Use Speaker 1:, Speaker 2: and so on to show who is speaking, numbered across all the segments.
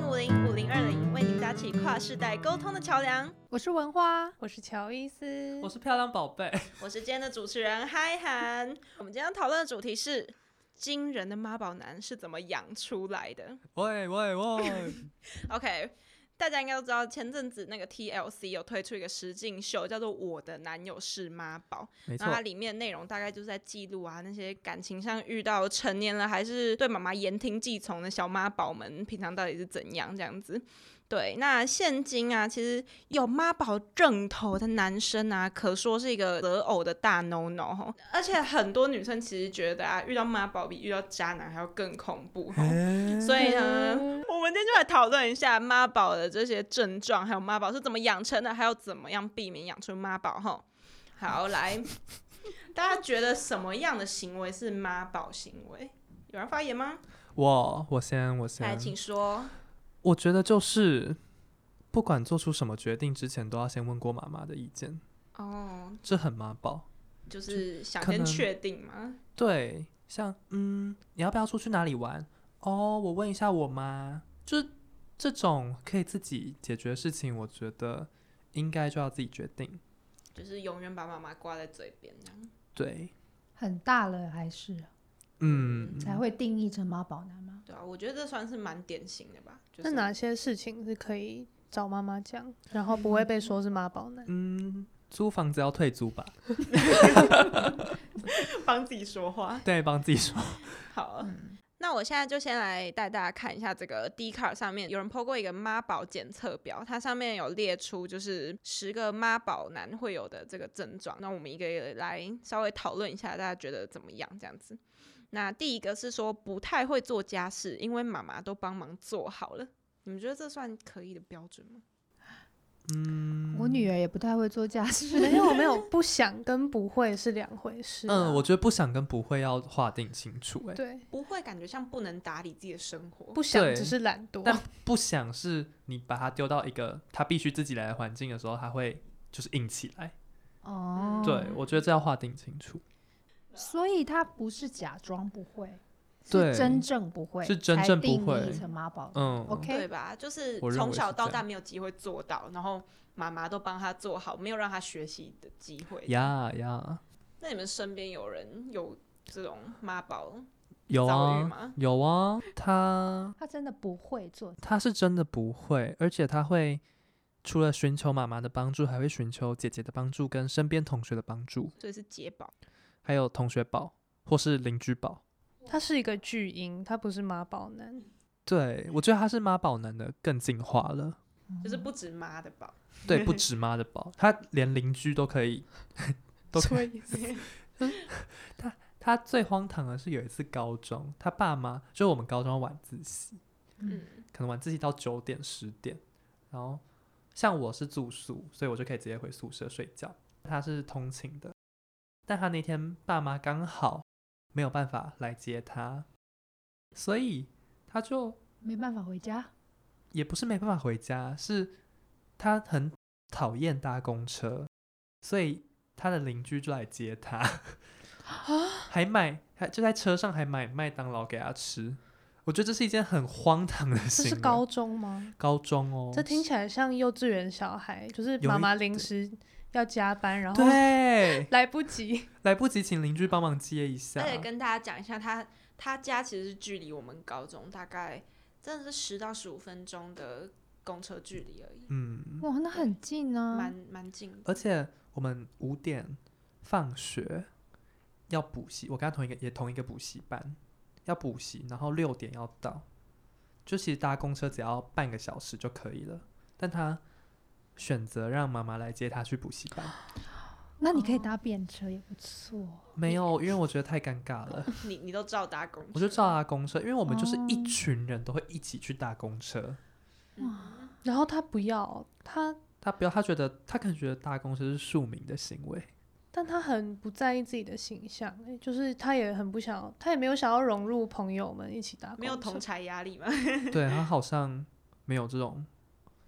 Speaker 1: 零二零，为您搭起跨世代沟通的桥梁。
Speaker 2: 我是文花，
Speaker 3: 我是乔伊斯，
Speaker 4: 我是漂亮宝贝，
Speaker 1: 我是今天的主持人嗨涵。我们今天要讨论的主题是惊人的妈宝男是怎么养出来的。
Speaker 4: 喂喂 喂，
Speaker 1: OK，大家应该都知道，前阵子那个 TLC 有推出一个实境秀，叫做《我的男友是妈宝》。
Speaker 4: 没错
Speaker 1: 然后，它里面内容大概就是在记录啊，那些感情上遇到成年了还是对妈妈言听计从的小妈宝们，平常到底是怎样这样子。对，那现今啊，其实有妈宝正头的男生啊，可说是一个择偶的大 no no 吼而且很多女生其实觉得啊，遇到妈宝比遇到渣男还要更恐怖吼
Speaker 4: 哎
Speaker 1: 所以呢，我们今天就来讨论一下妈宝的这些症状，还有妈宝是怎么养成的，还有怎么样避免养出妈宝吼。好，来，大家觉得什么样的行为是妈宝行为？有人发言吗？
Speaker 4: 我我先我
Speaker 1: 来，
Speaker 4: 先，
Speaker 1: 请说。
Speaker 4: 我觉得就是不管做出什么决定之前，都要先问过妈妈的意见，
Speaker 1: 哦，
Speaker 4: 这很妈宝。
Speaker 1: 就是想
Speaker 4: 可
Speaker 1: 先
Speaker 4: 能
Speaker 1: 确定吗？
Speaker 4: 对，像嗯，你要不要出去哪里玩？哦，我问一下我妈，就是这种可以自己解决的事情，我觉得应该就要自己决定。
Speaker 1: 就是永远把妈妈挂在嘴边这样。
Speaker 4: 对，
Speaker 2: 很大了还是
Speaker 4: 嗯，
Speaker 2: 才会定义成妈宝男吗？
Speaker 1: 对啊，我觉得这算是蛮典型的吧。就是、
Speaker 3: 嗯那哪些事情是可以找妈妈讲，然后不会被说是妈宝男？
Speaker 4: 嗯，租房子要退租吧？
Speaker 1: 帮自己说话？
Speaker 4: 对，帮自己说。
Speaker 1: 好。那我现在就先来带大家看一下这个 d c a r 上面有人 PO 过一个妈宝检测表，它上面有列出就是十个妈宝男会有的这个症状。那我们一个一个来稍微讨论一下，大家觉得怎么样？这样子。那第一个是说不太会做家事，因为妈妈都帮忙做好了。你们觉得这算可以的标准吗？
Speaker 4: 嗯，
Speaker 2: 我女儿也不太会做家事，
Speaker 3: 没有没有，不想跟不会是两回事啊、
Speaker 4: 嗯，我觉得不想跟不会要划定清楚、欸。
Speaker 3: 对
Speaker 1: 不会，感觉像不能打理自己的生活。
Speaker 3: 不想
Speaker 4: 对
Speaker 3: 只是懒惰，
Speaker 4: 但不想是你把它丢到一个他必须自己来的环境的时候，他会就是硬起来。
Speaker 2: 哦，
Speaker 4: 对，我觉得这要划定清楚。
Speaker 2: 所以她不是假装不会，
Speaker 4: 对
Speaker 2: 是真正不会，
Speaker 4: 是真正不会
Speaker 2: 才定义成妈宝。
Speaker 4: 嗯
Speaker 2: OK，
Speaker 1: 对吧？就是
Speaker 4: 我认
Speaker 1: 从
Speaker 4: 为
Speaker 1: 小
Speaker 4: 是
Speaker 1: 到
Speaker 4: 这
Speaker 1: 大
Speaker 4: 样
Speaker 1: 没有机会做到，然后妈妈都帮他做好，没有让他学习的机会。
Speaker 4: 呀呀，
Speaker 1: 那你们身边有人有这种妈宝
Speaker 4: 有
Speaker 1: 遭遇
Speaker 4: 啊，
Speaker 1: 吗？
Speaker 4: 有啊，他
Speaker 2: 她真的不会做，
Speaker 4: 他是真的不会，而且他会除了寻求妈妈的帮助，还会寻求姐姐的帮助，跟身边同学的帮助，
Speaker 1: 所以是解宝，
Speaker 4: 还有同学宝或是邻居宝。
Speaker 3: 他是一个巨婴，他不是妈宝男。
Speaker 4: 对，我觉得他是妈宝男的更进化了。
Speaker 1: 就是不止妈的宝。
Speaker 4: 对，不止妈的宝，他连邻居都可以。都
Speaker 3: 所以
Speaker 4: 他最荒唐的是有一次高中，他爸妈就是我们高中晚自习，
Speaker 1: 嗯，
Speaker 4: 可能晚自习到九点十点，然后像我是住宿，所以我就可以直接回宿舍睡觉。他是通勤的，但他那天爸妈刚好没有办法来接他，所以他就
Speaker 2: 没办法回家。
Speaker 4: 也不是没办法回家，是他很讨厌搭公车，所以他的邻居就来接他， 还买还就在车上还买麦当劳给他吃。我觉得这是一件很荒唐的
Speaker 3: 这
Speaker 4: 行为。
Speaker 3: 是高中吗？
Speaker 4: 高中哦，
Speaker 3: 这听起来像幼稚园小孩，就是
Speaker 4: 有
Speaker 3: 妈
Speaker 4: 一
Speaker 3: 妈临时要加班，然后
Speaker 4: 对
Speaker 3: 来不及。
Speaker 4: 来不及请邻居帮忙接一下
Speaker 1: 而。且跟大家讲一下，他他家其实是距离我们高中大概真的是十到十五分钟的公车距离而已，
Speaker 4: 嗯，
Speaker 2: 哇，那很近
Speaker 1: 蛮
Speaker 2: 啊！
Speaker 1: 蛮近的。
Speaker 4: 而且我们五点放学要补习，我跟他同一个也同一个补习班，要补习，然后六点要到，就其实搭公车只要半个小时就可以了。但他选择让妈妈来接他去补习班，
Speaker 2: 那你可以搭便车也不错。
Speaker 4: 没有，因为我觉得太尴尬了，
Speaker 1: 你你都照搭公车，
Speaker 4: 我就照搭公车，因为我们就是一
Speaker 2: 哦
Speaker 4: 群人都会一起去搭公车。
Speaker 1: 嗯。
Speaker 3: 然后他不要他，
Speaker 4: 他不要，他觉得他可能觉得搭公车是庶民的行为。
Speaker 3: 但他很不在意自己的形象，欸就是他也很不想要，他也没有想要融入朋友们一起打工，
Speaker 1: 没有同才压力嘛？
Speaker 4: 对他好像没有这种，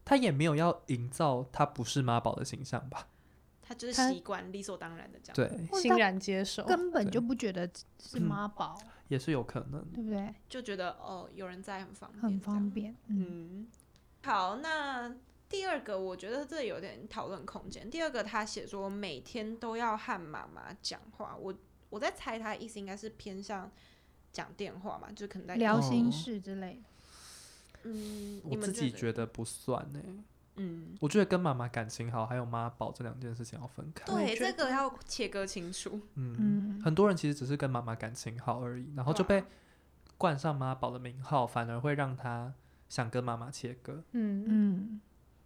Speaker 4: 他也没有要营造他不是妈宝的形象吧？
Speaker 1: 他就是
Speaker 3: 他
Speaker 1: 习惯，理所当然的这样。
Speaker 4: 对，
Speaker 2: 或者
Speaker 3: 欣
Speaker 2: 他
Speaker 3: 然接受。嗯
Speaker 2: 根本
Speaker 4: 对
Speaker 2: 就不觉得是妈宝，
Speaker 4: 也是有可能。
Speaker 2: 对不对？
Speaker 1: 就觉得哦，有人在很方便，
Speaker 2: 很方。便。嗯，
Speaker 1: 嗯，好，那第二个我觉得这有点讨论空间。第二个他写说每天都要和妈妈讲话，我我在猜他意思应该是偏向讲电话嘛，就可能在
Speaker 2: 聊
Speaker 4: 哦
Speaker 2: 心事之类的。
Speaker 1: 嗯，你
Speaker 4: 我
Speaker 1: 们
Speaker 4: 自己
Speaker 1: 就
Speaker 4: 觉得不算呢、
Speaker 1: 嗯，
Speaker 4: 我觉得跟妈妈感情好，还有妈宝这两件事情要分开。
Speaker 2: 我
Speaker 1: 对，
Speaker 2: 也觉
Speaker 1: 这个要切割清楚。
Speaker 4: 嗯，
Speaker 2: 嗯，
Speaker 4: 很多人其实只是跟妈妈感情好而已，然后就
Speaker 1: 对啊
Speaker 4: 被冠上妈宝的名号，反而会让他想跟妈妈切割。
Speaker 3: 嗯，
Speaker 2: 嗯，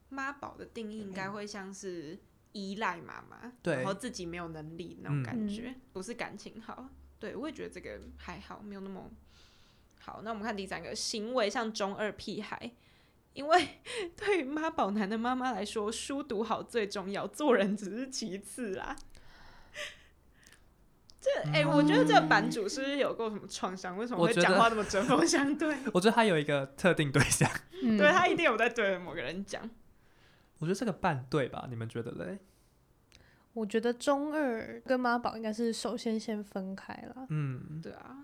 Speaker 1: 妈宝的定义应该会像是依赖妈妈，
Speaker 4: 对
Speaker 1: 然后自己没有能力那种
Speaker 4: 嗯
Speaker 1: 感觉，不是感情好。对，我也觉得这个还好，没有那么好。那我们看第三个，行为像中二屁孩，因为对于妈宝男的妈妈来说，书读好最重要，做人只是其次啦。 这哎、我觉得这个版主是不是有过什么创伤？为什么
Speaker 4: 嗯我
Speaker 1: 会
Speaker 4: 觉
Speaker 1: 讲
Speaker 4: 得
Speaker 1: 话那么针锋相对？
Speaker 4: 我觉得他有一个特定对象，
Speaker 2: 嗯
Speaker 1: 对他一定有在对着某个人讲。
Speaker 4: 我觉得这个半对吧？你们觉得嘞？
Speaker 3: 我觉得中二跟妈宝应该是首先先分开啦。
Speaker 4: 嗯，
Speaker 1: 对啊，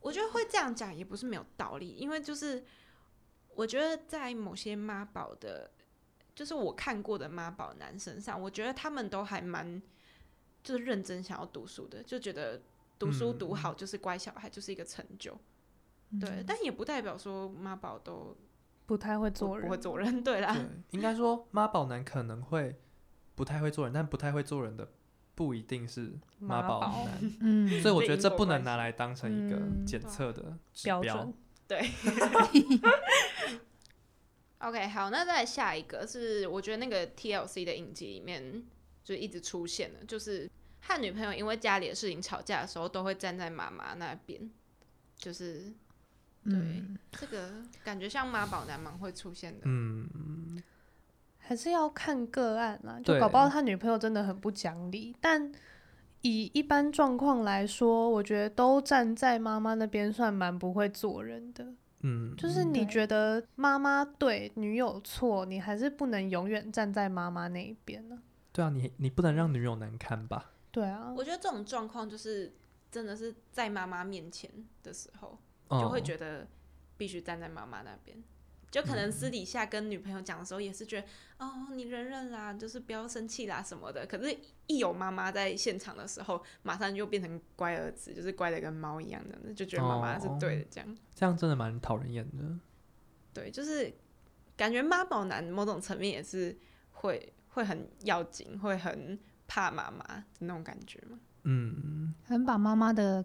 Speaker 1: 我觉得会这样讲也不是没有道理，因为就是我觉得在某些妈宝的，就是我看过的妈宝男身上，我觉得他们都还蛮就是认真想要读书的，就觉得读书
Speaker 4: 嗯
Speaker 1: 读好就是乖小孩，就是一个成就。对，但也不代表说妈宝都
Speaker 3: 不太会
Speaker 1: 不
Speaker 3: 做人，
Speaker 1: 不会做人，对啦，
Speaker 4: 对， 应该说妈宝男可能会不太会做人，但不太会做人的不一定是妈
Speaker 3: 妈
Speaker 4: 宝
Speaker 3: 宝
Speaker 4: 男。
Speaker 2: 嗯，
Speaker 4: 所以我
Speaker 1: 这
Speaker 4: 觉得
Speaker 1: 因
Speaker 4: 这
Speaker 1: 果
Speaker 4: 不能
Speaker 1: 关
Speaker 4: 拿来当成一个
Speaker 3: 嗯
Speaker 4: 检
Speaker 1: 对啊
Speaker 4: 测的指
Speaker 3: 标
Speaker 4: 标
Speaker 3: 准。
Speaker 1: 对。OK，好，那再来下一个是我觉得那个 TLC 的影集里面就一直出现的，就是和女朋友因为家里的事情吵架的时候，都会站在妈妈那边，就是
Speaker 2: 嗯
Speaker 1: 这个感觉像妈宝男蛮会出现的。
Speaker 4: 嗯，
Speaker 3: 还是要看个案啦。就
Speaker 4: 对
Speaker 3: 搞不好他女朋友真的很不讲理，但以一般状况来说，我觉得都站在妈妈那边算蛮不会做人的。
Speaker 4: 嗯，
Speaker 3: 就是你
Speaker 2: 对
Speaker 3: 觉得妈妈对，女友错，你还是不能永远站在妈妈那一边呢、
Speaker 4: 对啊，你你不能让女友难堪吧？
Speaker 3: 对啊，
Speaker 1: 我觉得这种状况就是真的是在妈妈面前的时候，就
Speaker 4: 嗯
Speaker 1: 会觉得必须站在妈妈那边。就可能
Speaker 4: 嗯
Speaker 1: 私底下跟女朋友讲的时候，也是觉得、哦，你忍忍啦，就是不要生气啦什么的。可是，一有妈妈在现场的时候，马上就变成乖儿子，就是乖的跟猫一样的，就觉得妈妈是
Speaker 4: 哦
Speaker 1: 对的这样。
Speaker 4: 这样真的蛮讨人厌的。
Speaker 1: 对，就是感觉妈宝男某种层面也是会会很要紧，会很怕妈妈的那种感觉嘛。
Speaker 4: 嗯，
Speaker 2: 很把妈妈的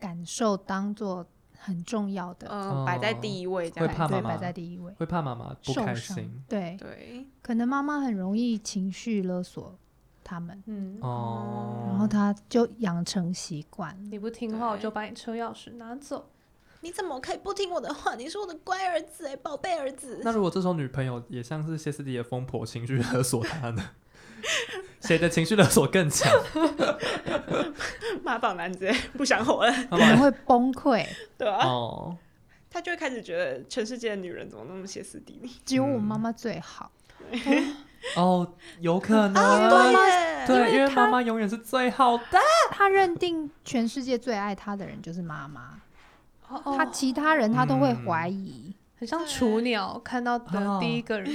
Speaker 2: 感受当做很重要的，
Speaker 1: 嗯，摆在第一位这
Speaker 4: 哦会
Speaker 1: 样。
Speaker 4: 怕
Speaker 2: 对
Speaker 4: 妈
Speaker 2: 摆
Speaker 4: 妈
Speaker 2: 在第一位，
Speaker 4: 会怕妈妈不
Speaker 2: 受
Speaker 4: 开
Speaker 2: 伤
Speaker 4: 心。
Speaker 2: 对，
Speaker 1: 对，
Speaker 2: 可能妈妈很容易情绪勒索他们，
Speaker 3: 嗯，
Speaker 4: 哦，
Speaker 2: 然后他就养成习惯了。
Speaker 3: 你不听话，我
Speaker 1: 对
Speaker 3: 就把你车钥匙拿走。
Speaker 1: 你怎么可以不听我的话？你是我的乖儿子哎、宝贝儿子。
Speaker 4: 那如果这时候女朋友也像是歇斯底里的疯婆，情绪勒索他呢？ 谁的情绪勒索更强？
Speaker 1: 妈宝男直接 不想活了，
Speaker 4: 妈
Speaker 2: 可
Speaker 4: 妈
Speaker 2: 能 会崩 溃，
Speaker 1: 对吧、
Speaker 4: 哦，
Speaker 1: 他就会开始觉得全世界的女人怎么那么歇斯底里？
Speaker 2: 只有我
Speaker 4: 嗯
Speaker 2: 妈妈最好。
Speaker 4: 哦，有可能，
Speaker 2: 啊
Speaker 1: 耶
Speaker 4: 对因为妈妈永远是最好的。
Speaker 2: 他认定全世界最爱他的人就是妈妈，
Speaker 3: 哦
Speaker 2: 他
Speaker 3: 哦，
Speaker 2: 其他人他都会
Speaker 4: 嗯
Speaker 2: 怀疑。
Speaker 3: 很像
Speaker 1: 对
Speaker 3: 雏鸟看到的第一个人、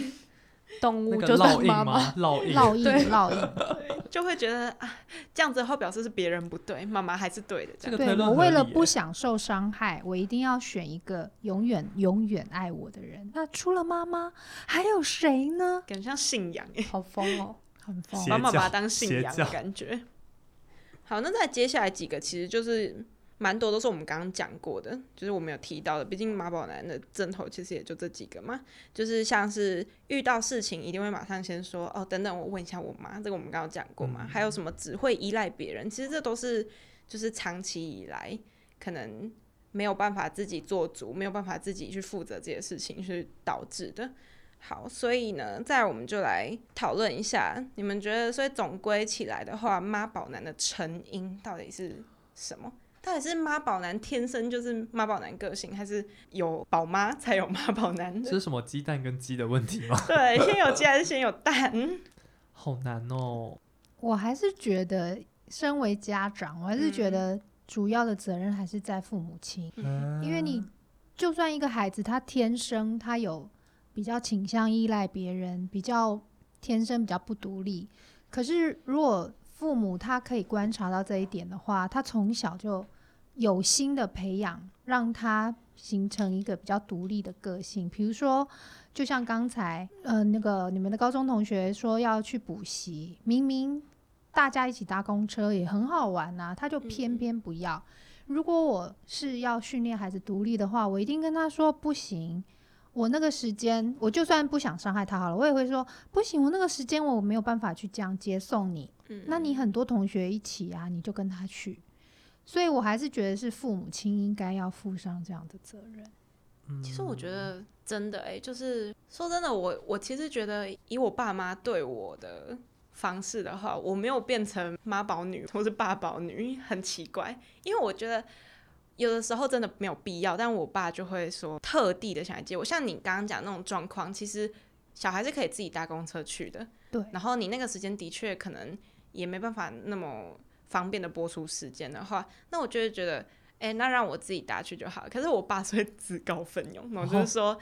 Speaker 3: 动
Speaker 4: 哦那
Speaker 3: 物
Speaker 4: 个
Speaker 3: 就是
Speaker 4: 烙印
Speaker 3: 妈妈。
Speaker 4: 吗？烙印，
Speaker 2: 烙印，烙印。
Speaker 1: 就会觉得啊，这样子的话表示是别人不对，妈妈还是对的，这
Speaker 4: 这
Speaker 1: 样
Speaker 4: 个推
Speaker 2: 对
Speaker 4: 论
Speaker 2: 我为
Speaker 4: 合
Speaker 2: 了
Speaker 4: 理
Speaker 2: 不
Speaker 4: 耶
Speaker 2: 享受伤害，我一定要选一个永远永远爱我的人。那除了妈妈，还有谁呢？
Speaker 1: 感觉像信仰耶，
Speaker 3: 好疯哦！
Speaker 2: 很疯
Speaker 4: 邪
Speaker 1: 妈妈把它
Speaker 4: 教
Speaker 1: 当信仰
Speaker 4: 邪
Speaker 1: 的
Speaker 4: 教
Speaker 1: 感觉。 好，那再接下来几个其实就是蛮多都是我们刚刚讲过的，就是我们有提到的，毕竟马宝男的正头其实也就这几个嘛，就是像是遇到事情一定会马上先说哦，等等我问一下我妈，这个我们刚刚有讲过嘛，
Speaker 4: 嗯
Speaker 1: 还有什么只会依赖别人，其实这都是就是长期以来可能没有办法自己做主，没有办法自己去负责这些事情是导致的。好，所以呢，再来我们就来讨论一下，你们觉得，所以总归起来的话，妈宝男的成因到底是什么？到底是妈宝男天生就是妈宝男个性，还是有宝妈才有妈宝男
Speaker 4: 这？是什么鸡蛋跟鸡的问题吗？
Speaker 1: 对，先有鸡还是先有蛋？
Speaker 4: 好难哦。
Speaker 2: 我还是觉得，身为家长，我还是觉
Speaker 1: 嗯
Speaker 2: 得主要的责任还是在父母亲，
Speaker 1: 嗯
Speaker 4: 啊
Speaker 2: 因为你就算一个孩子他天生他有比较倾向依赖别人，比较天生比较不独立。可是如果父母他可以观察到这一点的话，他从小就有心的培养，让他形成一个比较独立的个性。比如说，就像刚才呃那个你们的高中同学说要去补习，明明大家一起搭公车也很好玩呐、他就偏
Speaker 1: 嗯
Speaker 2: 偏不要。如果我是要训练孩子独立的话，我一定跟他说不行。我那个时间，我就算不想伤害他好了，我也会说不行。我那个时间我没有办法去这样接送你，
Speaker 1: 嗯，
Speaker 2: 那你很多同学一起啊，你就跟他去。所以我还是觉得是父母亲应该要负上这样的责任。
Speaker 1: 其实我觉得真的哎、就是说真的，我我其实觉得以我爸妈对我的方式的话，我没有变成妈宝女或是爸宝女，很奇怪，因为我觉得。有的时候真的没有必要，但我爸就会说特地的想来接我。像你刚刚讲那种状况，其实小孩是可以自己搭公车去的，
Speaker 2: 对
Speaker 1: 然后你那个时间的确可能也没办法那么方便的播出时间的话，那我就会觉得，哎、那让我自己搭去就好。可是我爸是会自告奋勇，然后就是说，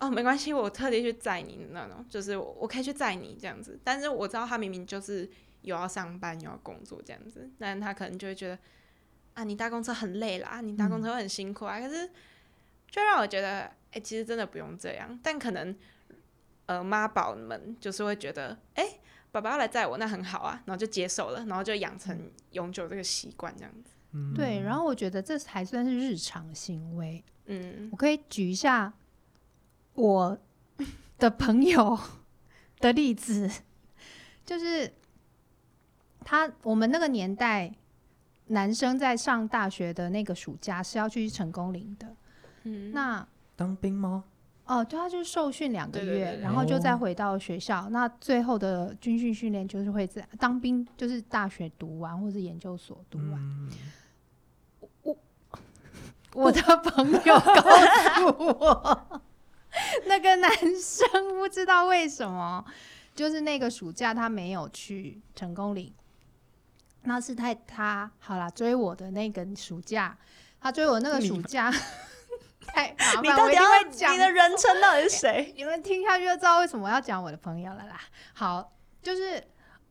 Speaker 1: 哦没关系，我特地去载你那种，就是我我可以去载你这样子。但是我知道他明明就是有要上班，有要工作这样子，但他可能就会觉得，啊，你搭公车很累啦，啊你搭公车会很辛苦啊。可是就让我觉得，哎、其实真的不用这样。但可能，呃，妈宝们就是会觉得，哎、爸爸要来载我，那很好啊，然后就接受了，然后就养成永久这个习惯，这样子。
Speaker 2: 对，然
Speaker 4: 后
Speaker 2: 后我觉得这才算是日常行为。
Speaker 1: 嗯
Speaker 2: 我可以举一下我的朋友的例子，就是他我们那个年代，男生在上大学的那个暑假是要去成功岭的。
Speaker 1: 嗯，
Speaker 2: 那
Speaker 4: 当兵吗？
Speaker 2: 哦，对，他就是受训两个
Speaker 1: 对
Speaker 2: 月，
Speaker 1: 对对对
Speaker 2: 然后就再
Speaker 4: 哦
Speaker 2: 回到学校。那最后的军训训练就是会在当兵，就是大学读完或是研究所读完。
Speaker 4: 嗯，
Speaker 2: 我的朋友告诉我，那个男生不知道为什么，就是那个暑假他没有去成功岭，那是太他好啦，追我的那个暑假，他追我那个
Speaker 1: 你
Speaker 2: 暑假 太麻
Speaker 1: 你
Speaker 2: 烦，
Speaker 1: 到
Speaker 2: 我一
Speaker 1: 底要
Speaker 2: 定会讲
Speaker 1: 你的人称到底是谁？
Speaker 2: 你们听下去就知道为什么要讲我的朋友了啦。好，就是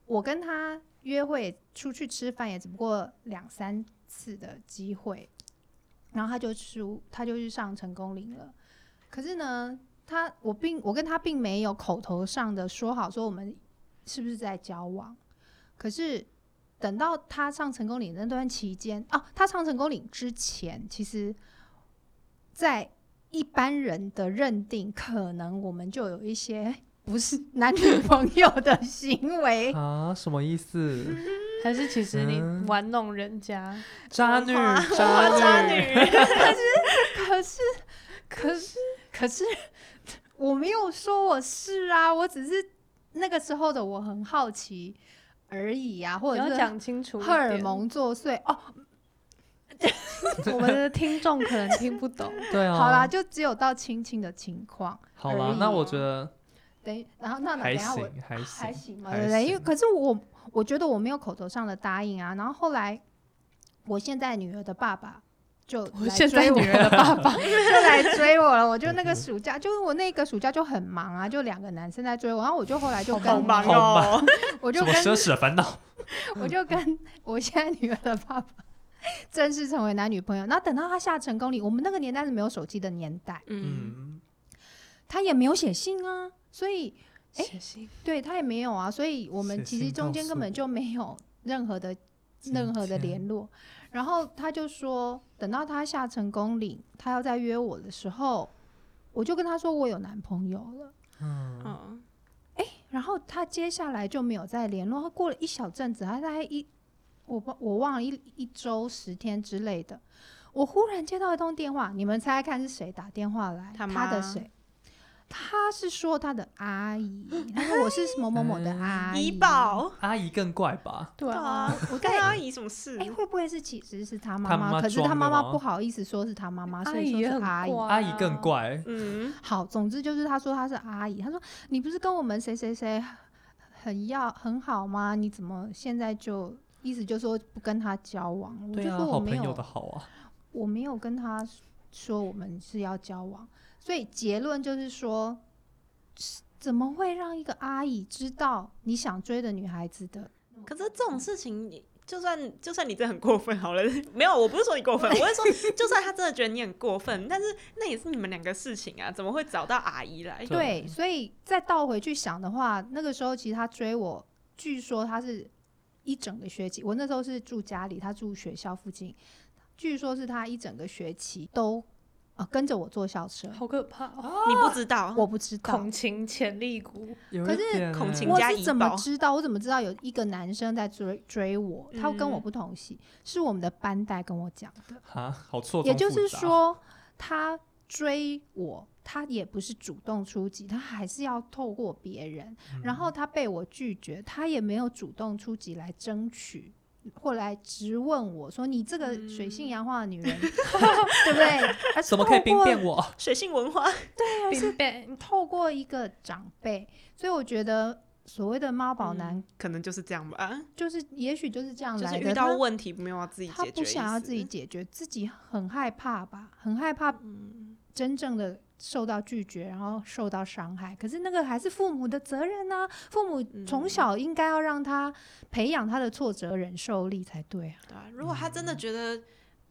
Speaker 2: 我跟他约会出去吃饭，也只不过两三次的机会，然后他就出，他就去上成功岭了。可是呢，他我并我跟他并没有口头上的说好说我们是不是在交往，可是。等到他上成功岭那段期间，哦、他上成功岭之前，其实，在一般人的认定，可能我们就有一些不是男女朋友的行为。
Speaker 4: 啊，什么意 思？
Speaker 3: 还是其实你
Speaker 4: 嗯
Speaker 3: 玩弄人家？
Speaker 4: 渣女，
Speaker 1: 我
Speaker 4: 渣
Speaker 1: 渣
Speaker 4: 女，
Speaker 1: 女，
Speaker 2: 可是，可是，可是，我没有说我是啊，我只是那个时候的我很好奇而已啊，或
Speaker 3: 你
Speaker 2: 者
Speaker 3: 要
Speaker 2: 是
Speaker 3: 讲清楚一点。
Speaker 2: 荷尔蒙作祟哦。
Speaker 3: 我们的听众可能听不 懂。
Speaker 4: 对啊。
Speaker 2: 好啦，，就只有到亲亲的情况。
Speaker 4: 好
Speaker 2: 而
Speaker 4: 啦
Speaker 2: 已，
Speaker 4: 那我觉得
Speaker 2: 等一，然后那等
Speaker 4: 还
Speaker 2: 一下我
Speaker 4: 行，还
Speaker 2: 还
Speaker 4: 行。
Speaker 2: 行嘛，
Speaker 4: 还
Speaker 2: 对不对？因为
Speaker 4: 行
Speaker 2: 可是我我觉得我没有口头上的答应啊，然后后来我现在女儿的爸爸就
Speaker 3: 我
Speaker 2: 来
Speaker 3: 现
Speaker 2: 追
Speaker 3: 在
Speaker 2: 我
Speaker 3: 女儿的爸 爸
Speaker 4: 哎
Speaker 2: 就来追我了，我就那个暑假，就是我那个暑假就很忙啊，就两个男生在追我，然后我就后来就
Speaker 1: 好
Speaker 2: 跟
Speaker 1: 忙
Speaker 4: 好
Speaker 1: 哦
Speaker 4: 忙，
Speaker 2: 我就
Speaker 4: 什么
Speaker 2: 跟
Speaker 4: 奢侈的烦恼？
Speaker 2: 我就跟我现在女儿的爸爸正式成为男女朋友。那等到他下成功礼，我们那个年代是没有手机的年代，
Speaker 1: 嗯，
Speaker 4: 嗯，
Speaker 2: 他也没有写信啊，所以哎
Speaker 3: 写信
Speaker 2: 对他也没有啊，所以我们
Speaker 4: 写
Speaker 2: 其实
Speaker 4: 信告
Speaker 2: 中间根
Speaker 4: 诉
Speaker 2: 本
Speaker 4: 我
Speaker 2: 就没有任何的
Speaker 4: 今
Speaker 2: 任何的
Speaker 4: 天
Speaker 2: 联络。然后他就说，等到他下成功岭，他要再约我的时候，我就跟他说我有男朋友了。
Speaker 4: 嗯，
Speaker 1: 哦，
Speaker 2: 然后他接下来就没有再联络。他过了一小阵子，他大概一我不我忘了一一周十天之类的，我忽然接到一通电话，你们猜猜看是谁打电话来？
Speaker 1: 他
Speaker 2: 他的
Speaker 1: 妈
Speaker 2: 谁？他是说他的阿姨，他说我是某某某的
Speaker 4: 嗯
Speaker 2: 阿姨。
Speaker 1: 怡宝，
Speaker 4: 阿姨更怪吧？
Speaker 3: 对
Speaker 1: 对
Speaker 3: 啊
Speaker 1: 啊，，我干阿姨什么事
Speaker 2: 哎、？会不会是其实是他妈
Speaker 4: 他
Speaker 2: 妈？
Speaker 4: 妈
Speaker 2: 可是
Speaker 4: 装
Speaker 2: 他
Speaker 4: 的
Speaker 2: 妈妈
Speaker 4: 吗
Speaker 2: 不好意思说是他妈妈，所
Speaker 3: 啊阿
Speaker 2: 以
Speaker 3: 姨也
Speaker 2: 说
Speaker 3: 很啊
Speaker 2: 是阿姨。
Speaker 3: 怪
Speaker 4: 阿姨
Speaker 2: 哦
Speaker 4: 更怪，
Speaker 1: 嗯，
Speaker 2: 好，总之就是他说他是阿姨，他说你不是跟我们谁谁谁很要很好吗？你怎么现在就意思就说不跟他交往？我就
Speaker 4: 对啊，
Speaker 2: 嗯说我
Speaker 4: 好
Speaker 2: 没
Speaker 4: 朋
Speaker 2: 有，
Speaker 4: 友的好啊。
Speaker 2: 我没有跟他说我们是要交往，所以结论就是说怎么会让一个阿姨知道你想追的女孩子的？
Speaker 1: 可是这种事情，你就算就算你真的很过分好了，没有，我不是说你过分，我是说，就算他真的觉得你很过分，但是那也是你们两个事情啊，怎么会找到阿姨来？
Speaker 4: 对
Speaker 2: 对，所以再倒回去想的话，那个时候其实他追我，据说他是一整个学期，我那时候是住家里，他住学校附近，据说是他一整个学期都呃跟着我坐校车，
Speaker 3: 好可怕哦！
Speaker 1: 你不知道，
Speaker 2: 我不知道
Speaker 3: 恐。情潜力股，
Speaker 4: 有
Speaker 2: 可
Speaker 4: 一
Speaker 2: 是
Speaker 4: 点
Speaker 1: 孔
Speaker 4: 欸
Speaker 1: 晴
Speaker 2: 我
Speaker 1: 家
Speaker 2: 是
Speaker 1: 怡
Speaker 2: 怎么
Speaker 1: 宝
Speaker 2: 知道？我怎么知道有一个男生在追追我？他跟我
Speaker 3: 嗯
Speaker 2: 不同系，是我们的班代跟我讲的。
Speaker 4: 哈，好错综
Speaker 2: 也就
Speaker 4: 复
Speaker 2: 是
Speaker 4: 杂，
Speaker 2: 说，他追我，他也不是主动出击，他还是要透过别人。然后他被我拒绝，他也没有主动出击来争取。或来质问我说：“你这个水性杨花的女人，对不对？而是
Speaker 4: 怎么可以
Speaker 2: 透
Speaker 4: 兵
Speaker 2: 过啊
Speaker 4: 变我？
Speaker 1: 水性文化，
Speaker 3: 冰变
Speaker 2: 透过一个长辈，所以我觉得所谓的妈宝男，
Speaker 1: 可能就是这样吧，
Speaker 2: 就是也许就是这
Speaker 1: 嗯
Speaker 2: 样
Speaker 1: 就
Speaker 2: 来
Speaker 1: 是
Speaker 2: 的。
Speaker 1: 遇到
Speaker 2: 他
Speaker 1: 问题没有要自己
Speaker 2: 他
Speaker 1: 解决，
Speaker 2: 不想要自己，解决，自己很害怕吧，很害怕
Speaker 1: 嗯，
Speaker 2: 真正的受到拒绝，然后受到伤害。可是那个还是父母的责任呢、父母从小应该要让他培养他的挫折忍受力才对啊。
Speaker 1: 对啊，如果他真的
Speaker 4: 嗯
Speaker 1: 觉得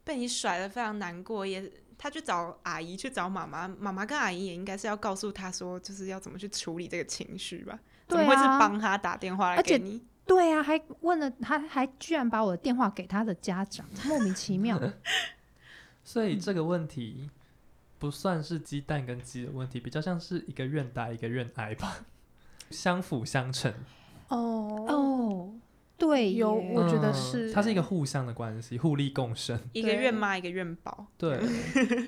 Speaker 1: 被你甩了非常难过，也他去找阿姨，去找妈妈，妈妈跟阿姨也应该是要告诉他说，就是要怎么去处理这个情绪吧。怎么
Speaker 2: 对
Speaker 1: 会是
Speaker 2: 啊
Speaker 1: 帮他打电话来
Speaker 2: 而且
Speaker 1: 给你？
Speaker 2: 对啊，还问了他，还居然把我的电话给他的家长，莫名其妙。
Speaker 4: 所以这个问题不算是鸡蛋跟鸡的问题，比较像是一个愿打一个愿挨吧，相辅相成。
Speaker 3: 哦，
Speaker 2: 哦，对耶，
Speaker 3: 有我觉得
Speaker 4: 嗯
Speaker 3: 是
Speaker 4: 它是一个
Speaker 3: 欸
Speaker 4: 互相的关系，互利共生。
Speaker 1: 一个
Speaker 3: 对
Speaker 1: 愿妈，一个愿宝，
Speaker 4: 对，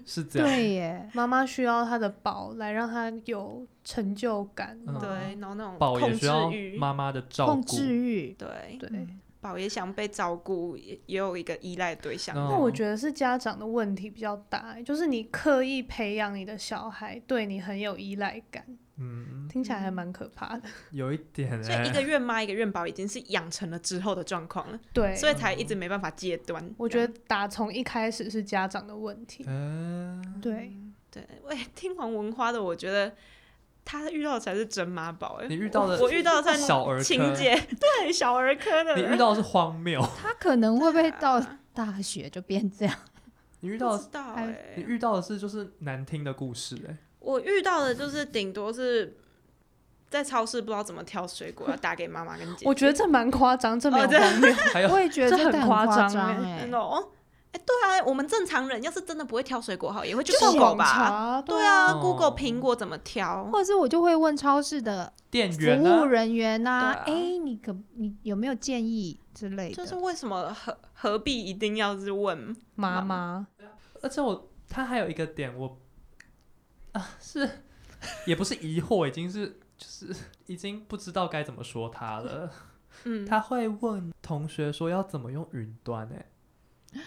Speaker 4: 是这样。
Speaker 2: 对耶，
Speaker 3: 妈妈需要她的宝来让她有成就感
Speaker 4: 嗯
Speaker 3: 嘛，
Speaker 1: 对，然后那种
Speaker 4: 宝也
Speaker 1: 控
Speaker 4: 需
Speaker 1: 制
Speaker 4: 要
Speaker 1: 欲，
Speaker 4: 妈妈的照
Speaker 2: 控
Speaker 4: 顾。
Speaker 2: 制欲，
Speaker 1: 对，
Speaker 3: 对。
Speaker 2: 嗯
Speaker 1: 宝也想被照顾，也也有一个依赖对象。
Speaker 4: 嗯
Speaker 3: 那我觉得是家长的问题比较大
Speaker 2: 嗯
Speaker 3: 欸，就是你刻意培养你的小孩对你很有依赖感，
Speaker 4: 嗯，
Speaker 3: 听起来还蛮可怕 的。
Speaker 4: 有一点
Speaker 1: 所以一
Speaker 4: 哎、
Speaker 1: 个愿妈一个愿宝已经是养成了之后的状况了，
Speaker 3: 对，
Speaker 1: 所以才一直没办法戒断。
Speaker 3: 我觉得打从一开始是家长的问题。
Speaker 4: 嗯，
Speaker 2: 对。
Speaker 1: 对，喂，听黄文花的，我觉得她遇到的才是真妈宝哎、
Speaker 4: 你遇到的
Speaker 1: 我遇到的算
Speaker 4: 小儿科欸
Speaker 1: 情节，对小儿科的，
Speaker 4: 你遇到的是荒谬，
Speaker 2: 他可能会不会到
Speaker 1: 啊
Speaker 2: 大学就变这样？
Speaker 4: 你遇到
Speaker 1: 不
Speaker 4: 的
Speaker 1: 知道
Speaker 2: 还
Speaker 1: 哎、
Speaker 4: 你遇到的是就是难听的故事哎、
Speaker 1: 我遇到的就是顶多是在超市不知道怎么挑水果，要打给妈妈跟姐姐。
Speaker 3: 我觉得这蛮夸张，这没有
Speaker 1: 哦对
Speaker 3: 荒 谬。
Speaker 4: 还有
Speaker 2: 我也觉得
Speaker 3: 这
Speaker 2: 真
Speaker 3: 很
Speaker 2: 的很
Speaker 3: 夸张
Speaker 2: 张
Speaker 3: 欸
Speaker 2: 哎，
Speaker 1: no，哎、对啊，我们正常人要是真的不会挑水果，好也会去
Speaker 3: 上
Speaker 1: Google
Speaker 3: 网
Speaker 1: 吧？
Speaker 3: 查，
Speaker 1: 对
Speaker 3: 啊，
Speaker 1: 啊
Speaker 4: 哦
Speaker 1: ，Google 苹果怎么挑？
Speaker 2: 或者是我就会问超市的
Speaker 4: 店
Speaker 2: 服
Speaker 4: 员啊
Speaker 2: 务
Speaker 4: 呢、
Speaker 2: 人员呐、
Speaker 1: 对啊
Speaker 2: 哎、你可你有没有建议之类的？
Speaker 1: 就是为什么何何必一定要是问？
Speaker 3: 妈
Speaker 1: 妈
Speaker 3: 妈
Speaker 4: 而且我他还有一个点我啊是也不是疑惑，已经是就是已经不知道该怎么说他了。
Speaker 1: 嗯，
Speaker 4: 他会问同学说要怎么用云端哎、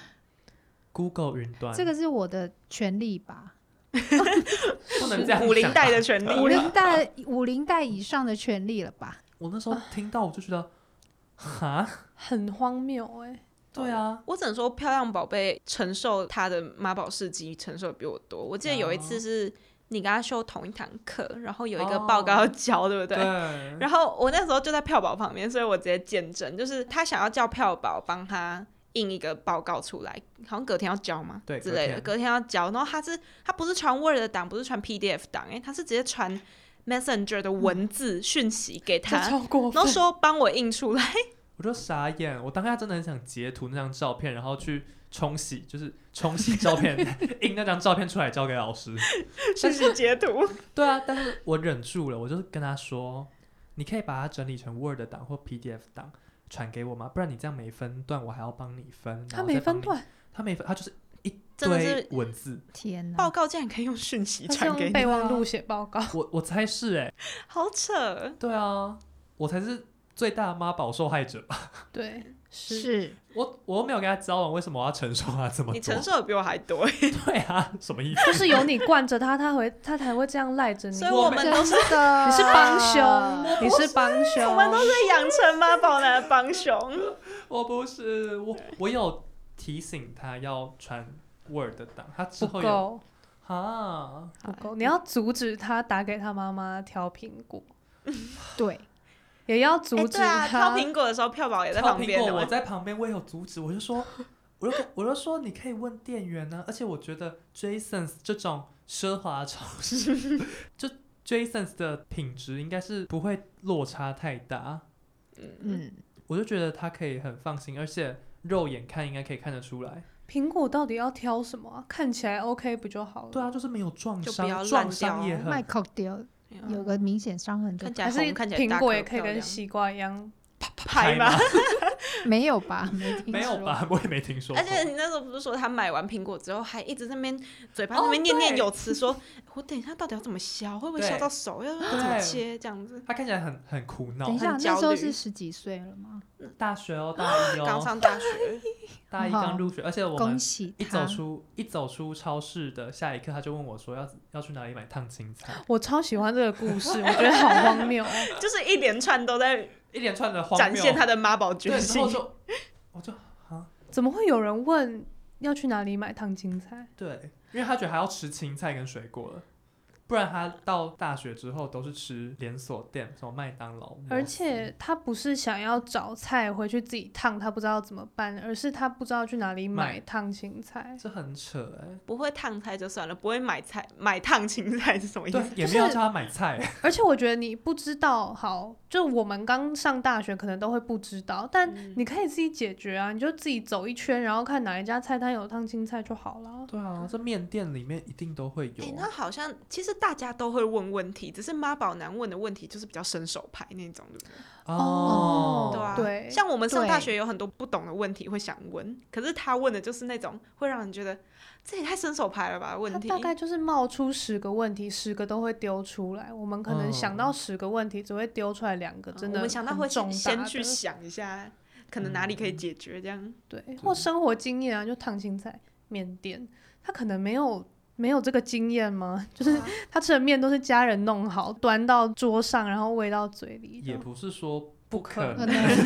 Speaker 4: Google 云端
Speaker 2: 这个是我的权利吧？
Speaker 4: 不能这样
Speaker 1: 五零
Speaker 4: 讲啊
Speaker 1: 代
Speaker 4: 吧
Speaker 1: 的权利，
Speaker 2: 五零代五零代以上的权利了吧？
Speaker 4: 我那时候听到我就觉得，哈，
Speaker 3: 很荒谬哎、
Speaker 4: 对啊，
Speaker 1: 我只能说，漂亮宝贝承受她的妈宝事迹承受的比我多。我记得有一次是你跟她修同一堂课，然后有一个报告要交，对不对？
Speaker 4: 对，啊
Speaker 1: 然后我那时候就在票宝旁边，所以我直接见证，就是他想要叫票宝帮他印一个报告出来，好像隔天要交嘛，
Speaker 4: 对
Speaker 1: 之类的，
Speaker 4: 隔
Speaker 1: 隔天要交。然后他是他不是传 Word 的档，不是传 PDF 档，哎，他是直接传 Messenger 的文字讯息给
Speaker 3: 这
Speaker 1: 他，
Speaker 3: 超过
Speaker 1: 然
Speaker 3: 分
Speaker 1: 后。说帮我印出来。
Speaker 4: 我就傻眼，我当下真的很想截图那张照片，然后去冲洗，就是冲洗照片，印那张照片出来交给老师。
Speaker 1: 讯息截图，
Speaker 4: 对啊，但是我忍住了，我就是跟他说，你可以把它整理成 Word 档或 PDF 档传给我吗？不然你这样没分段，我还要帮你分。然
Speaker 3: 他
Speaker 4: 后
Speaker 3: 没
Speaker 4: 再帮
Speaker 3: 分
Speaker 4: 你，
Speaker 3: 段，
Speaker 4: 他没分，他就是一
Speaker 1: 真的
Speaker 4: 堆
Speaker 1: 是
Speaker 4: 文字。
Speaker 2: 天
Speaker 1: 报
Speaker 2: 哪！
Speaker 1: 告竟然可以用讯息
Speaker 3: 他是
Speaker 1: 传给
Speaker 3: 用
Speaker 1: 你，
Speaker 3: 备忘录写报 告。
Speaker 4: 我我猜是哎、
Speaker 1: 好扯。
Speaker 4: 对啊，我才是最大的妈宝受害者吧。
Speaker 3: 对，是
Speaker 2: 是
Speaker 4: 我我又没有跟他交往，为什么我要承受他这么多？
Speaker 1: 你承受的比我还多，
Speaker 3: 嗯
Speaker 4: 对啊，什么意思？
Speaker 3: 就是有你惯着他，他会他才会这样赖着你
Speaker 1: 所以。我啊们
Speaker 2: 真
Speaker 1: 都是
Speaker 2: 的，
Speaker 3: 你是帮凶，你是帮
Speaker 1: 我们都
Speaker 3: 凶。
Speaker 1: 是养成妈宝男的帮凶。
Speaker 4: 我不是我，我有提醒他要传 Word 档，他之
Speaker 3: 不
Speaker 4: 后有
Speaker 3: 够，
Speaker 4: 哈，
Speaker 3: 不
Speaker 1: 哎
Speaker 3: 够，你要阻止他打给他妈妈挑苹果，
Speaker 2: 对，
Speaker 3: 也要 阻
Speaker 1: 哎，
Speaker 3: 止
Speaker 1: 对啊，挑
Speaker 3: 他。
Speaker 1: 苹果的时候，票宝也在
Speaker 4: 挑
Speaker 1: 旁
Speaker 4: 苹
Speaker 1: 边
Speaker 4: 果
Speaker 1: 的
Speaker 4: 我
Speaker 1: 嘛。
Speaker 4: 在旁边，我也有阻止，我就说，我就跟我就说你可以问店员呢、而且我觉得 Jasons 这种奢华超市， 就 Jasons 的品质应该是不会落差太大，
Speaker 1: 嗯，
Speaker 2: 嗯，
Speaker 4: 我就觉得他可以很放心，而且肉眼看应该可以看得出来。
Speaker 3: 苹果到底要挑什么啊、看起来 OK 不就好了？
Speaker 4: 对啊，，就是没有撞
Speaker 1: 就不要
Speaker 4: 伤，
Speaker 1: 烂
Speaker 4: 撞伤
Speaker 1: 掉
Speaker 4: 也
Speaker 1: 哦
Speaker 4: 很
Speaker 2: 麦克丢有个明显伤痕就
Speaker 1: 看起来
Speaker 3: 还是
Speaker 1: 红，看起来
Speaker 3: 苹
Speaker 1: 大
Speaker 3: 果
Speaker 1: 颗
Speaker 3: 也可以
Speaker 1: 漂
Speaker 3: 跟
Speaker 1: 亮
Speaker 3: 西瓜一样。
Speaker 1: 拍
Speaker 4: 吗
Speaker 1: 吗？？
Speaker 2: 没有吧？没听
Speaker 4: 没有
Speaker 2: 说？
Speaker 4: 吧，我也没听说过。
Speaker 1: 而且你那时候不是说他买完苹果之后还一直在那边嘴巴
Speaker 3: 哦
Speaker 1: 那边念念
Speaker 3: 对
Speaker 1: 有词，说我等一下到底要怎么削，会不会
Speaker 4: 对
Speaker 1: 削到手，要要怎么
Speaker 4: 对
Speaker 1: 切这样子。
Speaker 4: 他看起来很很苦恼
Speaker 2: 等一，下，
Speaker 1: 很
Speaker 2: 那
Speaker 1: 焦
Speaker 2: 时候
Speaker 1: 虑
Speaker 2: 是十几岁了吗？
Speaker 4: 大学哦，大 一
Speaker 1: 刚
Speaker 4: 哦，
Speaker 1: 上大 学，
Speaker 4: 大一刚入学，而且我
Speaker 2: 恭
Speaker 4: 们
Speaker 2: 喜
Speaker 4: 一
Speaker 2: 他
Speaker 4: 走！出一走出超市的下一刻，他就问我说要要去哪里买烫青菜，
Speaker 3: 我超喜欢这个故事，我觉得好 荒谬哦。
Speaker 1: 就是一连串都在
Speaker 4: 一连串的荒
Speaker 1: 展
Speaker 4: 谬
Speaker 1: 现他的妈宝
Speaker 4: 对，
Speaker 1: 决
Speaker 4: 然后
Speaker 1: 心
Speaker 4: 我。就我就啊，
Speaker 3: 怎么会有人问要去哪里买烫青菜？
Speaker 4: 对，因为他觉得还要吃青菜跟水果了。不然他到大学之后都是吃连锁店，什么麦当劳。摩
Speaker 3: 而
Speaker 4: 斯
Speaker 3: 且他不是想要找菜回去自己烫，他不知道怎么办，而是他不知道去哪里买
Speaker 4: 买
Speaker 3: 烫青菜。
Speaker 4: 这很扯哎、
Speaker 1: 不会烫菜就算了，不会买菜买烫青哎菜是什么意
Speaker 4: 对
Speaker 1: 思？，
Speaker 4: 也没有叫他买菜、啊
Speaker 3: 而且我觉得你不知道，好，就我们刚上大学可能都会不知道，但
Speaker 1: 嗯
Speaker 3: 你可以自己解决啊，你就自己走一圈，然后看哪一家菜摊有烫青菜就好了。
Speaker 4: 对啊，
Speaker 1: 哦
Speaker 4: 这面店里面一定都会有
Speaker 1: 哎、
Speaker 4: 啊。
Speaker 1: 那好像其实大家都会问问题，只是妈宝男问的问题就是比较伸手牌那种，对不对？
Speaker 3: 哦
Speaker 1: 对啊，
Speaker 3: 对
Speaker 1: 像我们上大
Speaker 2: 对
Speaker 1: 学有很多不懂的问题会想问，可是他问的就是那种会让人觉得这也太伸手牌了吧的
Speaker 3: 他
Speaker 1: 问题。
Speaker 3: 大概就是冒出十个问题，十个都会丢出来。我们可能
Speaker 4: 嗯
Speaker 3: 想到十个问题，只会丢出来两个，真的、
Speaker 1: 哦我们想到会
Speaker 3: 重
Speaker 1: 先
Speaker 3: 大嗯
Speaker 1: 先去
Speaker 3: 的
Speaker 1: 想一下，可能哪里可以解决这样。
Speaker 3: 对，或生活经验啊，就烫青菜、面店，他可能没有没有这个经验吗？就是他吃的面都是家人弄好，端到桌上，然后喂到嘴里这
Speaker 4: 也
Speaker 3: 样。
Speaker 4: 不是 说不
Speaker 3: 可
Speaker 4: 可
Speaker 2: 呃
Speaker 4: 能。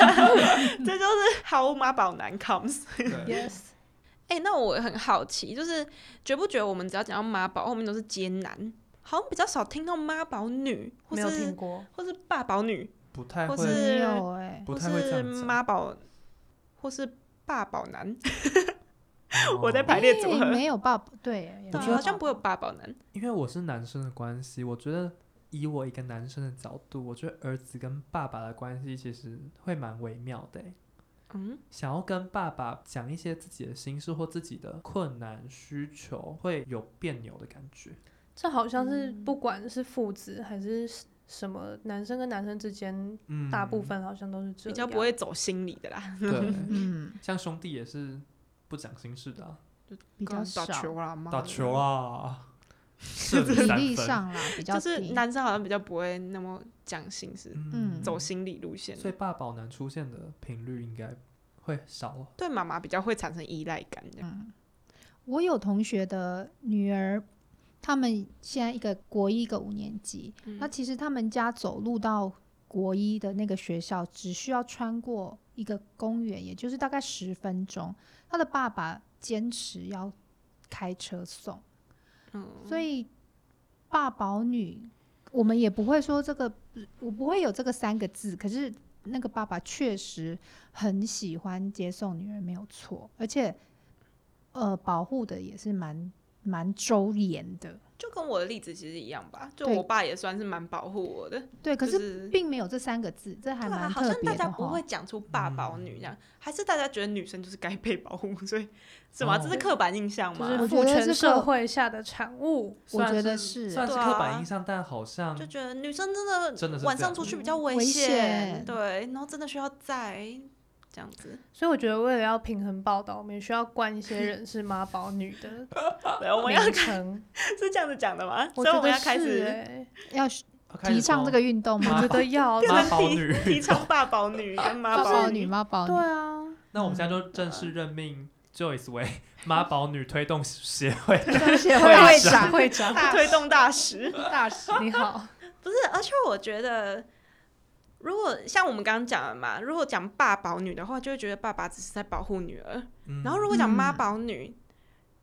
Speaker 1: 这就是 How 妈宝男 comes。
Speaker 4: 对
Speaker 3: Yes，
Speaker 1: 哎、那我很好奇，就是觉不觉得我们只要讲到妈宝，后面都是接男，好像比较少听到妈宝女，或
Speaker 3: 没有听
Speaker 1: 是
Speaker 3: 过。
Speaker 1: 或是爸宝女，
Speaker 4: 不太
Speaker 1: 或
Speaker 4: 会，
Speaker 1: 是
Speaker 2: 没有哎，
Speaker 4: 不
Speaker 1: 或
Speaker 4: 太会这
Speaker 1: 是
Speaker 4: 样啊讲。
Speaker 1: 妈宝，或是爸宝男。
Speaker 4: 哦
Speaker 1: 我在排列组合
Speaker 2: 哎没有爸爸对，也
Speaker 1: 对啊
Speaker 2: 没有
Speaker 1: 好像
Speaker 2: 爸
Speaker 1: 不会有爸宝男。
Speaker 4: 因为我是男生的关系，我觉得以我一个男生的角度，我觉得儿子跟爸爸的关系其实会蛮微妙的欸。
Speaker 1: 嗯，
Speaker 4: 想要跟爸爸讲一些自己的心事或自己的困难需求，会有别扭的感觉。
Speaker 3: 这好像是
Speaker 1: 嗯
Speaker 3: 不管是父子还是什么，男生跟男生之间，
Speaker 4: 嗯，
Speaker 3: 大部分好像都是这
Speaker 1: 比较
Speaker 3: 样。
Speaker 1: 不会走心里的啦，
Speaker 4: 对，
Speaker 2: 嗯，
Speaker 4: 像兄弟也是不讲心事的啊、
Speaker 2: 比较
Speaker 1: 打
Speaker 2: 少，
Speaker 1: 球啦，妈的
Speaker 4: 打球 啊，射
Speaker 2: 比
Speaker 4: 三
Speaker 2: 例
Speaker 4: 分，
Speaker 2: 上啦比较
Speaker 1: 就是
Speaker 2: 低。
Speaker 1: 男生好像比较不会那么讲心事，
Speaker 2: 嗯
Speaker 1: 走心理路线，
Speaker 4: 所以爸宝男出现的频率应该会少。
Speaker 1: 对妈妈比较会产生依赖感这样。
Speaker 2: 嗯我有同学的女儿，他们现在一个国一，一个五年级。
Speaker 1: 嗯
Speaker 2: 那其实他们家走路到国一的那个学校，只需要穿过一个公园，也就是大概十分钟。他的爸爸坚持要开车送，
Speaker 1: 嗯，
Speaker 2: 所以爸宝女，我们也不会说这个，我不会有这个三个字。可是那个爸爸确实很喜欢接送女儿，没有错，而且呃，保护的也是蛮蛮周延的。
Speaker 1: 就跟我的例子其实一样吧，就
Speaker 2: 对
Speaker 1: 我爸也算是蛮保护我的，
Speaker 2: 对，可
Speaker 1: 就是是
Speaker 2: 并没有这三个字，这还
Speaker 1: 对啊，
Speaker 2: 蛮
Speaker 1: 好
Speaker 2: 特
Speaker 1: 像大
Speaker 2: 别
Speaker 1: 家
Speaker 2: 的
Speaker 1: 不
Speaker 2: 哈
Speaker 1: 会。讲出爸宝女这样，还是大家觉得女生就是该被保护，所以什么、啊
Speaker 4: 哦
Speaker 1: 这是刻板印象
Speaker 3: 就
Speaker 1: 吗？
Speaker 3: 是
Speaker 2: 我觉
Speaker 3: 父
Speaker 2: 得
Speaker 3: 权
Speaker 2: 是
Speaker 3: 社
Speaker 2: 个
Speaker 3: 会下的产物。
Speaker 2: 我
Speaker 4: 虽
Speaker 2: 觉
Speaker 4: 然
Speaker 2: 得
Speaker 4: 是
Speaker 2: 是
Speaker 4: 算是
Speaker 1: 对啊
Speaker 4: 刻板印象，但好像
Speaker 1: 就觉得女生真的
Speaker 4: 真的是
Speaker 1: 晚
Speaker 4: 这
Speaker 1: 上
Speaker 4: 样
Speaker 1: 出去比较嗯危
Speaker 2: 危险
Speaker 1: 对，然后真的需要在这样 子。
Speaker 3: 所以我觉得，为了要平衡报道，我们也需要冠一些人是妈宝女的
Speaker 1: 对， 我们要
Speaker 3: 名称。
Speaker 1: 是这样子讲的吗？所以
Speaker 3: 我觉
Speaker 1: 我们
Speaker 3: 得
Speaker 1: 要开
Speaker 3: 是
Speaker 1: 始
Speaker 3: 欸
Speaker 2: 要提倡这个运动
Speaker 4: 妈
Speaker 3: 我
Speaker 2: 吗
Speaker 3: 觉？
Speaker 4: 宝
Speaker 3: 得要
Speaker 4: 开始从
Speaker 1: 变
Speaker 4: 妈
Speaker 1: 成
Speaker 4: 宝
Speaker 1: 提
Speaker 4: 女。
Speaker 1: 提倡爸宝 女跟妈
Speaker 2: 妈
Speaker 1: 宝
Speaker 2: 宝女，妈宝
Speaker 3: 对
Speaker 2: 女，
Speaker 3: 啊，
Speaker 4: 那我们现在就正式任命 Joyce 为 妈宝女推动协会
Speaker 2: 协
Speaker 4: 会
Speaker 2: 长
Speaker 3: 啊会长，
Speaker 1: 推动大 使。
Speaker 3: 大使 你好，
Speaker 1: 不是，而且我觉得，如果像我们刚刚讲的嘛，如果讲爸宝女的话，就会觉得爸爸只是在保护女儿；
Speaker 4: 嗯。
Speaker 1: 然后如果讲妈
Speaker 2: 嗯
Speaker 1: 宝女，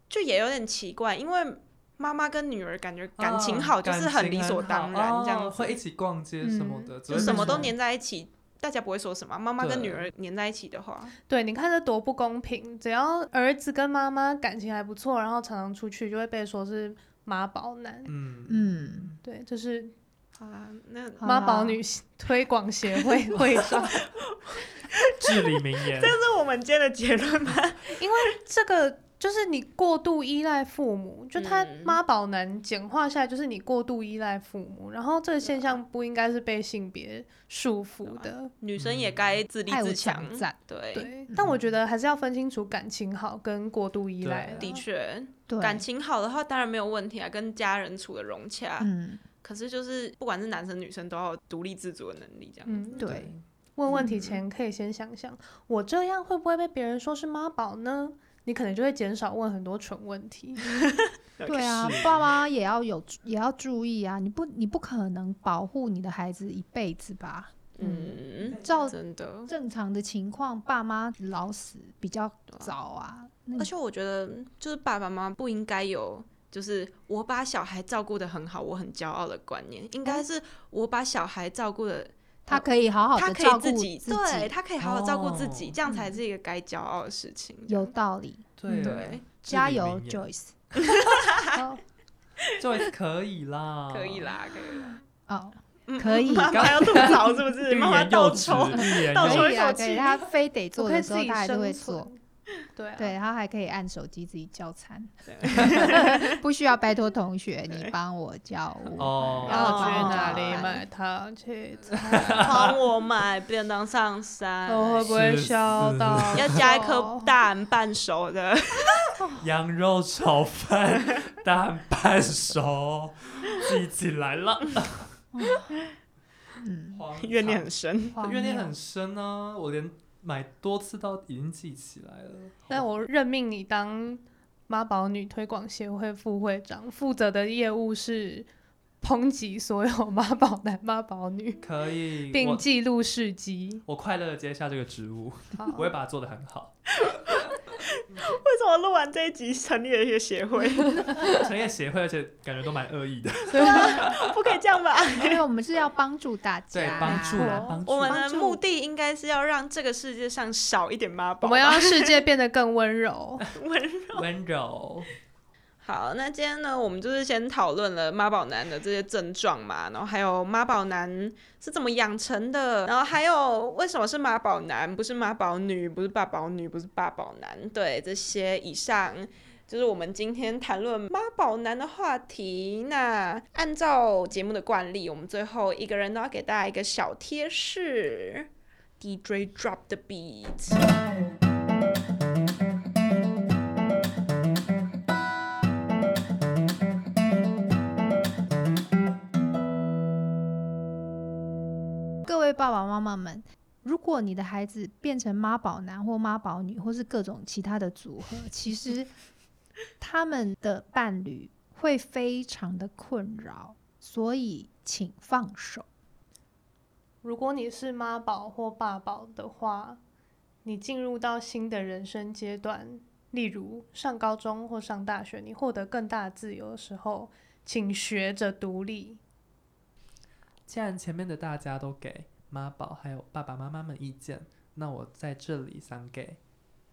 Speaker 1: 就也有点奇怪，因为妈妈跟女儿感觉感情
Speaker 4: 嗯
Speaker 1: 好，就是
Speaker 4: 感
Speaker 1: 很
Speaker 4: 情
Speaker 1: 理所
Speaker 4: 好
Speaker 1: 当然这样
Speaker 4: 哦
Speaker 1: 子
Speaker 4: 会一起逛街什么的，只
Speaker 1: 就
Speaker 4: 会
Speaker 1: 什么都
Speaker 4: 说
Speaker 1: 粘在一起，大家不会说什么。妈妈跟
Speaker 4: 对
Speaker 1: 女儿粘在一起的话，
Speaker 3: 对，你看这多不公平！只要儿子跟妈妈感情还不错，然后常常出去，就会被说是妈宝男。
Speaker 4: 嗯，
Speaker 2: 嗯，
Speaker 3: 对，这是
Speaker 1: 好啦，那
Speaker 2: 好
Speaker 3: 妈宝
Speaker 2: 啦
Speaker 3: 女推广协会 会长。
Speaker 4: 至理名言。
Speaker 1: 这是我们今天的结论吧？
Speaker 3: 这个就是你过度依赖父母，就他
Speaker 1: 嗯
Speaker 3: 妈宝男简化下来就是你过度依赖父母，然后这个现象不应该是被性别束缚的。
Speaker 1: 女生也该自立
Speaker 2: 爱无
Speaker 1: 自强
Speaker 2: 强，赞，
Speaker 1: 对，
Speaker 3: 对，但我觉得还是要分清楚感情好跟过度依
Speaker 4: 对
Speaker 3: 赖啦。啊
Speaker 1: 的确，啊
Speaker 2: 对，
Speaker 1: 感情好的话当然没有问题啊，跟家人处的融洽。
Speaker 2: 嗯，
Speaker 1: 可是就是不管是男生女生都要有独立自主的能力，这样。
Speaker 3: 嗯，
Speaker 2: 对，
Speaker 3: 问问
Speaker 1: 嗯
Speaker 3: 题前可以先想想，我这样会不会被别人说是妈宝呢？你可能就会减少问很多蠢问题。
Speaker 2: 对啊，
Speaker 4: 是
Speaker 2: 爸妈也要有也要注意啊，你不你不可能保护你的孩子一辈子吧？
Speaker 1: 嗯，
Speaker 2: 照
Speaker 1: 真的。
Speaker 2: 正常的情况，爸妈老死比较早啊，那
Speaker 1: 而
Speaker 2: 你
Speaker 1: 且我觉得，就是爸爸妈妈不应该有，就是我把小孩照顾的很好，我很骄傲的观念，应该是我把小孩照顾的，
Speaker 2: 他可哎以好好
Speaker 1: 他
Speaker 2: 的
Speaker 1: 可
Speaker 2: 照
Speaker 1: 以
Speaker 2: 顾自嗯
Speaker 1: 己，对他可以好好照顾自己，
Speaker 4: 哦
Speaker 1: 这样才是一个该骄傲的事情。
Speaker 2: 有道理，
Speaker 4: 对
Speaker 1: 对，
Speaker 2: 加油
Speaker 4: ，Joyce，
Speaker 2: ，Joyce。哦
Speaker 3: 好
Speaker 4: Joyce 可以啦，
Speaker 1: 可以，啦，可以啦，
Speaker 2: 哦，
Speaker 1: 嗯
Speaker 2: 可 以
Speaker 1: 妈妈要吐槽哦是不 是？
Speaker 4: 欲
Speaker 1: 妈妈
Speaker 4: 言
Speaker 1: 倒
Speaker 4: 又止，
Speaker 1: 抽，
Speaker 4: 欲言
Speaker 1: 倒
Speaker 4: 又
Speaker 1: 抽
Speaker 4: 止。
Speaker 2: 可以
Speaker 1: 一
Speaker 2: 啊，
Speaker 1: 口
Speaker 2: 可以。
Speaker 1: 气
Speaker 2: 他非得
Speaker 3: 我
Speaker 2: 做
Speaker 3: 可以
Speaker 2: 的时
Speaker 3: 自
Speaker 2: 候，
Speaker 3: 己
Speaker 2: 他还是会
Speaker 3: 生
Speaker 2: 做。
Speaker 3: 存。对啊，
Speaker 2: 对，
Speaker 1: 哦
Speaker 2: 他还可以按手机自己叫餐，
Speaker 1: 对
Speaker 2: 不需要拜托同学你帮我叫我。
Speaker 4: 哦，
Speaker 3: 要
Speaker 1: 哦
Speaker 3: 去哪
Speaker 2: 哦
Speaker 3: 里 买糖去 吃？
Speaker 1: 帮我买便当上山，
Speaker 3: 我
Speaker 2: 哦
Speaker 3: 会不会
Speaker 4: 是
Speaker 3: 笑
Speaker 4: 是
Speaker 3: 到？
Speaker 1: 要加一颗。蛋半熟的，
Speaker 4: 羊肉炒饭蛋半熟，记起 来了。
Speaker 2: 嗯，
Speaker 4: 荒
Speaker 1: 怨念很深。
Speaker 4: 唐
Speaker 2: 荒
Speaker 4: 怨念
Speaker 2: 谬
Speaker 4: 很深啊！我连买多次到已经记起来了。
Speaker 3: 那我任命你当妈宝女推广协会副会长，负责的业务是抨击所有妈宝男、妈宝女，
Speaker 4: 可以，
Speaker 3: 并
Speaker 4: 我
Speaker 3: 记录事迹。
Speaker 4: 我快乐的接下这个职务，
Speaker 3: 好
Speaker 4: 我会把它做得 很好。
Speaker 1: 为什么录完这一集成立了一个协会？
Speaker 4: 成业协会，而且感觉都蛮恶意的。
Speaker 1: 不可以这样吧？
Speaker 2: 因为我们是要帮助大家
Speaker 4: 对
Speaker 2: 啦，，
Speaker 4: 帮助啦
Speaker 3: 我，
Speaker 4: 帮助
Speaker 1: 我们
Speaker 4: 啦。
Speaker 1: 的目的应该是要让这个世界上少一点妈宝吧。
Speaker 3: 我们要 让世界变得更温柔。
Speaker 4: 温柔，
Speaker 1: 好，那今天呢，我们就是先讨论了妈宝男的这些症状嘛，然后还有妈宝男是怎么养成的，然后还有为什么是妈宝男，不是妈宝女，不是爸宝女，不是爸宝男，对这些以上。就是我们今天谈论妈宝男的话题。那按照节目的惯例，我们最后一个人都要给大家一个小贴士：DJ drop the beat。
Speaker 2: 各位爸爸妈妈们，如果你的孩子变成妈宝男或妈宝女，或是各种其他的组合，其 实他们的伴侣会非常的困扰，所以请放手。
Speaker 3: 如果你是妈宝或爸宝的话，你进入到新的人生阶段，例如上高中或上大学，你获得更大的自由的时候，请学着独立。
Speaker 4: 既然前面的大家都给妈宝还有爸爸妈妈们意见，那我在这里想给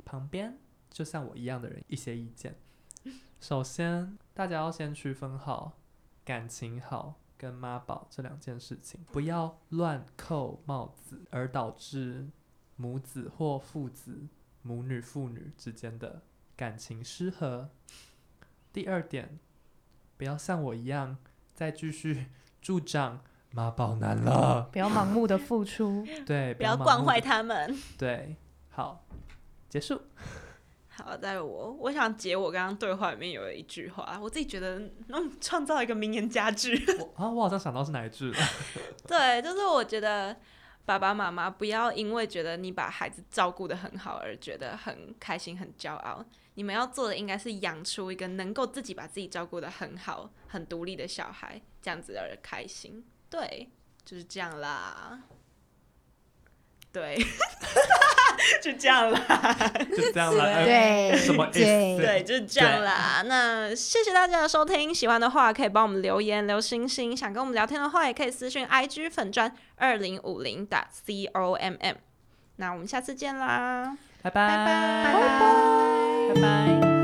Speaker 4: 旁边就像我一样的人一些意见。 首先，大家要先区分好感情好跟妈宝这两件事情，不要乱扣帽子，而导致母子或父子、母女、父女之间的感情失和。第二点，不要像我一样再继续 助长妈宝 男了，
Speaker 3: 不要盲目的付出。
Speaker 4: 对，
Speaker 1: 不要
Speaker 4: 盲目
Speaker 1: 惯坏
Speaker 4: 地，
Speaker 1: 他们。
Speaker 4: 对，好，结束。
Speaker 1: 好，在我我想解我刚刚对话里面有的一句话，我自己觉得嗯，创造一个名言佳句。
Speaker 4: 我啊，我好像想到是哪一句了。
Speaker 1: 对，就是我觉得爸爸妈妈不要因为觉得你把孩子照顾的很好而觉得很开心、很骄傲。你们要做的应该是养出一个能够自己把自己照顾的很好、很独立的小孩，这样子而开心。对，就是这样啦。对， 就这样啦，
Speaker 4: 就这样了。呃
Speaker 2: 对，
Speaker 4: 什么意思
Speaker 1: 对，
Speaker 2: 对，
Speaker 1: 就是这样啦。那谢谢大家的收听，喜欢的话可以帮我们留言、留星星，想跟我们聊天的话也可以私讯 IG 粉砖二零五零打 C O M M。那我们下次见啦，
Speaker 4: 拜
Speaker 1: 拜拜
Speaker 4: 拜拜
Speaker 2: 拜拜
Speaker 4: 拜。